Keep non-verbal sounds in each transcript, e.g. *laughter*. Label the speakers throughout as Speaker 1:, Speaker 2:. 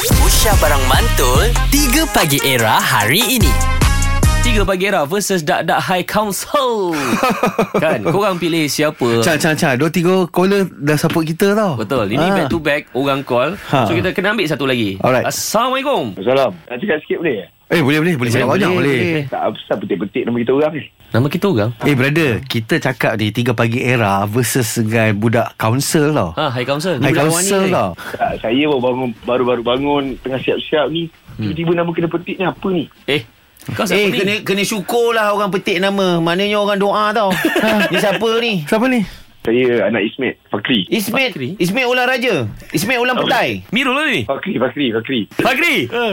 Speaker 1: Syah Barang Mantul 3 Pagi Era hari ini
Speaker 2: Tiga pagi era versus Dak Dak High
Speaker 3: *laughs*
Speaker 2: Council. kan, korang pilih siapa?
Speaker 3: Cal, cal, cal. Dua, tiga caller dah support kita tau.
Speaker 2: Betul. Ini back to back orang call.
Speaker 3: Ah. Ha.
Speaker 2: So kita kena ambil satu lagi.
Speaker 3: Alright.
Speaker 2: Assalamualaikum.
Speaker 4: Salam. Nak cakap sikit boleh?
Speaker 3: Eh, boleh, boleh. Boleh cakap
Speaker 2: Boleh,
Speaker 3: banyak, boleh.
Speaker 2: boleh.
Speaker 4: Tak apa petik-petik nama kita orang ni.
Speaker 2: Nama kita orang?
Speaker 3: Eh, brother. Kita cakap ni, tiga pagi era versus dengan budak council tau.
Speaker 2: Ha, High Council. Ni
Speaker 3: High
Speaker 2: budak
Speaker 3: council
Speaker 2: wangi ni. eh.
Speaker 3: tau.
Speaker 4: Tak, saya baru bangun, baru-baru bangun, tengah siap-siap ni. Tiba-tiba nama kena petik ni apa ni?
Speaker 2: Eh, kau siapa
Speaker 5: eh,
Speaker 2: ni?
Speaker 5: kena kena syukurlah orang petik nama. Maknanya orang doa *laughs* tau. ni siapa ni?
Speaker 3: Siapa ni?
Speaker 4: Saya anak Ismet, Fakri.
Speaker 5: Ismail
Speaker 2: Fakri.
Speaker 5: Ismail ulang raja. Ismail ulang petai.
Speaker 2: Mirul lah ni.
Speaker 4: Fakri, Fakri, Fakri.
Speaker 2: Fakri.
Speaker 3: Eh.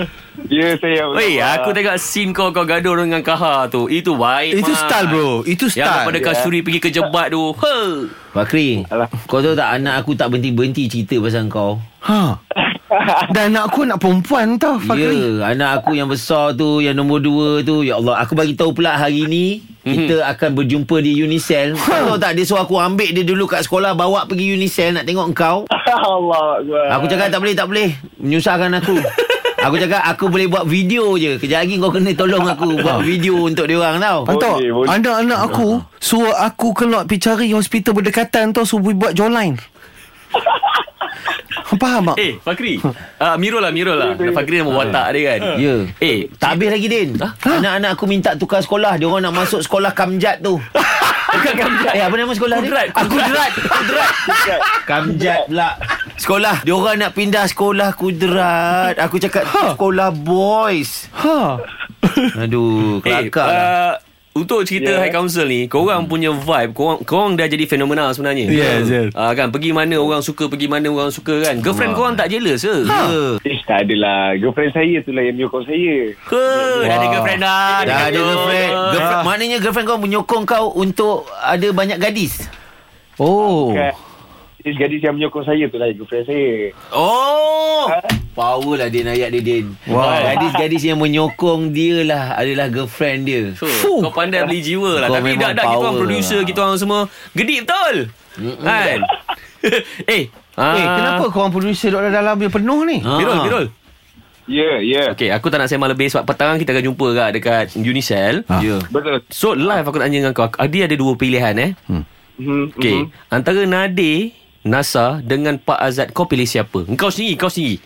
Speaker 4: Dia saya...
Speaker 2: Wei,
Speaker 4: Ah, *laughs*
Speaker 2: aku tengok scene kau kau gaduh dengan Kahar tu. Itu baik.
Speaker 3: Itu
Speaker 2: Mat.
Speaker 3: style, bro. Itu
Speaker 2: Yang daripada
Speaker 3: style.
Speaker 5: Ya.
Speaker 2: kau suri pergi ke jebat tu. Ha.
Speaker 5: Fakri.
Speaker 4: Alah.
Speaker 5: Kau tahu tak anak aku tak berhenti-berhenti cerita pasal kau.
Speaker 3: Ha. Dan anak aku nak perempuan tau, Fakri.
Speaker 5: Ya, anak aku yang besar tu, yang nombor dua tu. Ya Allah, aku bagi tahu pula hari ni kita akan berjumpa di Unicel. Kau tahu tak dia suruh aku ambil dia dulu kat sekolah bawa pergi Unicel nak tengok kau.
Speaker 4: Allah Akbar.
Speaker 5: Aku cakap tak boleh tak boleh Menyusahkan aku Aku cakap aku boleh buat video je Kejap lagi kau kena tolong aku Buat video untuk diorang tau
Speaker 3: Pantau,
Speaker 4: Boleh, boleh.
Speaker 3: anak-anak aku
Speaker 2: Ha.
Speaker 3: suruh aku keluar pergi cari hospital berdekatan tau suruh pergi buat jawline.
Speaker 2: *laughs*
Speaker 3: Faham tak?
Speaker 2: Eh, Fakri. Ah, Mirul lah, Mirul lah. Fakri nama watak dia kan.
Speaker 5: Ya
Speaker 2: Eh,
Speaker 5: Tak habis lagi Din
Speaker 2: Ha?
Speaker 5: Anak-anak aku minta tukar sekolah Diorang nak masuk sekolah Kamjat tu
Speaker 2: Bukan kamjat
Speaker 5: Eh apa nama sekolah
Speaker 2: Kudrat,
Speaker 5: dia? Ah, Kudrat Kudrat Kamjat pula Sekolah Diorang nak pindah sekolah Kudrat Aku cakap sekolah boys
Speaker 3: Ha.
Speaker 5: Aduh
Speaker 2: Eh,
Speaker 5: Kelakar lah
Speaker 2: uh, untuk cerita yeah.
Speaker 4: Yeah.
Speaker 2: High Council ni Korang punya vibe Korang, korang dah jadi fenomena sebenarnya
Speaker 3: Yes, yes.
Speaker 2: Ah, kan, Pergi mana orang suka Pergi mana orang suka kan Girlfriend korang tak jealous ke? Ha.
Speaker 4: Eh, tak adalah. Girlfriend saya tu lah yang menyokong saya.
Speaker 2: Ke? Dah ada girlfriend dah Ah. dia
Speaker 5: Dah ada
Speaker 2: kata.
Speaker 5: girlfriend. girlfriend Maknanya girlfriend kau menyokong kau untuk ada banyak gadis.
Speaker 3: Oh.
Speaker 4: Kan? Eh, gadis yang menyokong saya tu lah girlfriend saya.
Speaker 5: Oh. Power lah Din ayat dia Din.
Speaker 3: Wow.
Speaker 5: Gadis-gadis yang menyokong dia lah adalah girlfriend dia.
Speaker 2: So,
Speaker 3: Fuh.
Speaker 2: kau pandai beli jiwa lah
Speaker 5: Kau
Speaker 2: Tapi
Speaker 5: memang
Speaker 2: dak-dak kita orang
Speaker 5: power
Speaker 2: producer
Speaker 5: lah.
Speaker 2: Kita orang semua Gedik betul Kan *laughs* Eh
Speaker 3: Eh, kenapa korang producer duduk dalam biar penuh ni?
Speaker 5: Ha.
Speaker 2: Birol, Birol
Speaker 4: Ya, ya.
Speaker 2: Okay, Ah. aku tak nak sembang lebih Sebab petang kita akan jumpa kat Dekat Unicell
Speaker 3: Ha.
Speaker 5: *laughs* Ya.
Speaker 4: Betul.
Speaker 2: So live aku nak tanya dengan kau Adi ada dua pilihan eh
Speaker 4: Mhm,
Speaker 2: Okay
Speaker 4: mhm.
Speaker 2: mm-hmm. Antara Nadir Nasa Dengan Pak Azad Kau pilih siapa Kau sendiri Kau sendiri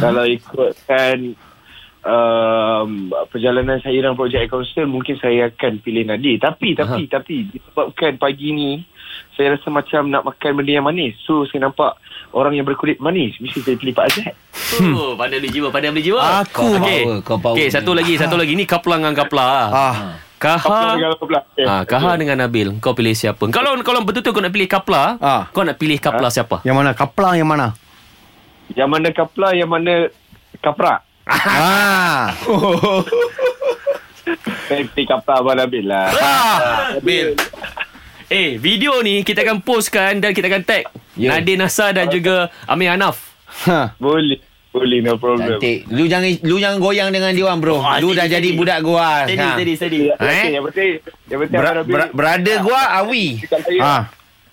Speaker 4: Kalau ikutkan um, perjalanan saya dalam projek Council mungkin saya akan pilih Nadir. Tapi tapi Aha. tapi disebabkan pagi ni saya rasa macam nak makan benda yang manis. So saya nampak orang yang berkulit manis mesti saya pilih Pak
Speaker 5: Ha?
Speaker 4: Azad.
Speaker 2: Oh, pandai beli jiwa Pandai beli jiwa
Speaker 3: Aku
Speaker 2: Okey.
Speaker 5: power, kau power
Speaker 2: Okey,
Speaker 5: ni.
Speaker 2: satu lagi Satu lagi Ni kaplang dengan kaplang lah.
Speaker 3: Ah.
Speaker 2: Kaha
Speaker 4: Kapla Eh, dengan Kapla.
Speaker 5: Ha.
Speaker 2: Ah, Kaha dengan Nabil Kau pilih siapa Kalau kalau betul-betul kau nak pilih kapla
Speaker 3: Ah.
Speaker 2: Kau nak pilih kapla siapa
Speaker 3: Yang mana? Kaplang yang mana?
Speaker 4: Yang mana Kapla yang mana Kapra.
Speaker 3: Ah.
Speaker 4: Saya pilih Kapra Abang Nabil lah.
Speaker 2: Nabil Eh, video ni kita akan postkan dan kita akan tag
Speaker 5: Ya.
Speaker 2: Nadir Nasa dan juga Amir Hanaf.
Speaker 3: Ha.
Speaker 4: Boleh. Boleh no problem.
Speaker 5: Cantik. Lu jangan lu jangan goyang dengan dia orang bro.
Speaker 2: Oh,
Speaker 5: lu
Speaker 2: steady,
Speaker 5: dah jadi
Speaker 2: steady.
Speaker 5: budak gua.
Speaker 2: Steady,
Speaker 5: sekarang.
Speaker 2: steady, steady.
Speaker 4: Yang
Speaker 5: Eh?
Speaker 4: penting- Yang penting, yang penting Abang
Speaker 5: Bra-
Speaker 4: Nabil.
Speaker 5: bra- brother Ha. gua Awi.
Speaker 4: Dekat saya.
Speaker 3: Ah.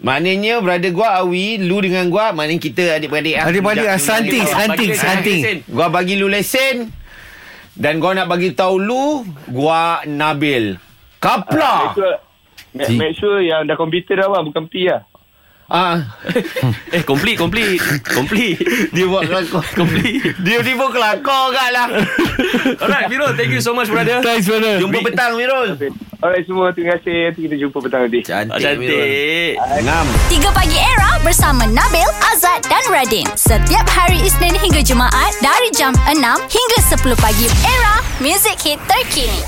Speaker 5: Maknanya brother gua Awi, lu dengan gua maknanya kita adik-beradik. lah.
Speaker 3: Adik-beradik lah, santing,
Speaker 5: Jangan-
Speaker 3: santing,
Speaker 2: Bagi-
Speaker 3: santing.
Speaker 2: bagi-
Speaker 5: Gua bagi lu lesen dan gua nak bagi tahu lu gua Nabil.
Speaker 4: Make
Speaker 5: Kapla.
Speaker 4: sure, make, make sure yang dah komputer dah abang, bukan P lah.
Speaker 5: Ah,
Speaker 2: *laughs* eh, complete, complete. *laughs* complete.
Speaker 5: dia buat kelakar.
Speaker 2: complete.
Speaker 5: dia tiba kelakar kat lah.
Speaker 2: Alright, Mirul, thank you so much, brother.
Speaker 3: Thanks, brother.
Speaker 5: Jumpa petang Mirul.
Speaker 4: Alright semua terima kasih Nanti kita jumpa petang nanti
Speaker 2: Ah, Cantik.
Speaker 6: 3 Pagi Era bersama Nabil, Azad dan Radin. Setiap hari Isnin hingga Jumaat dari jam 6 hingga 10 pagi. Era, music hit terkini.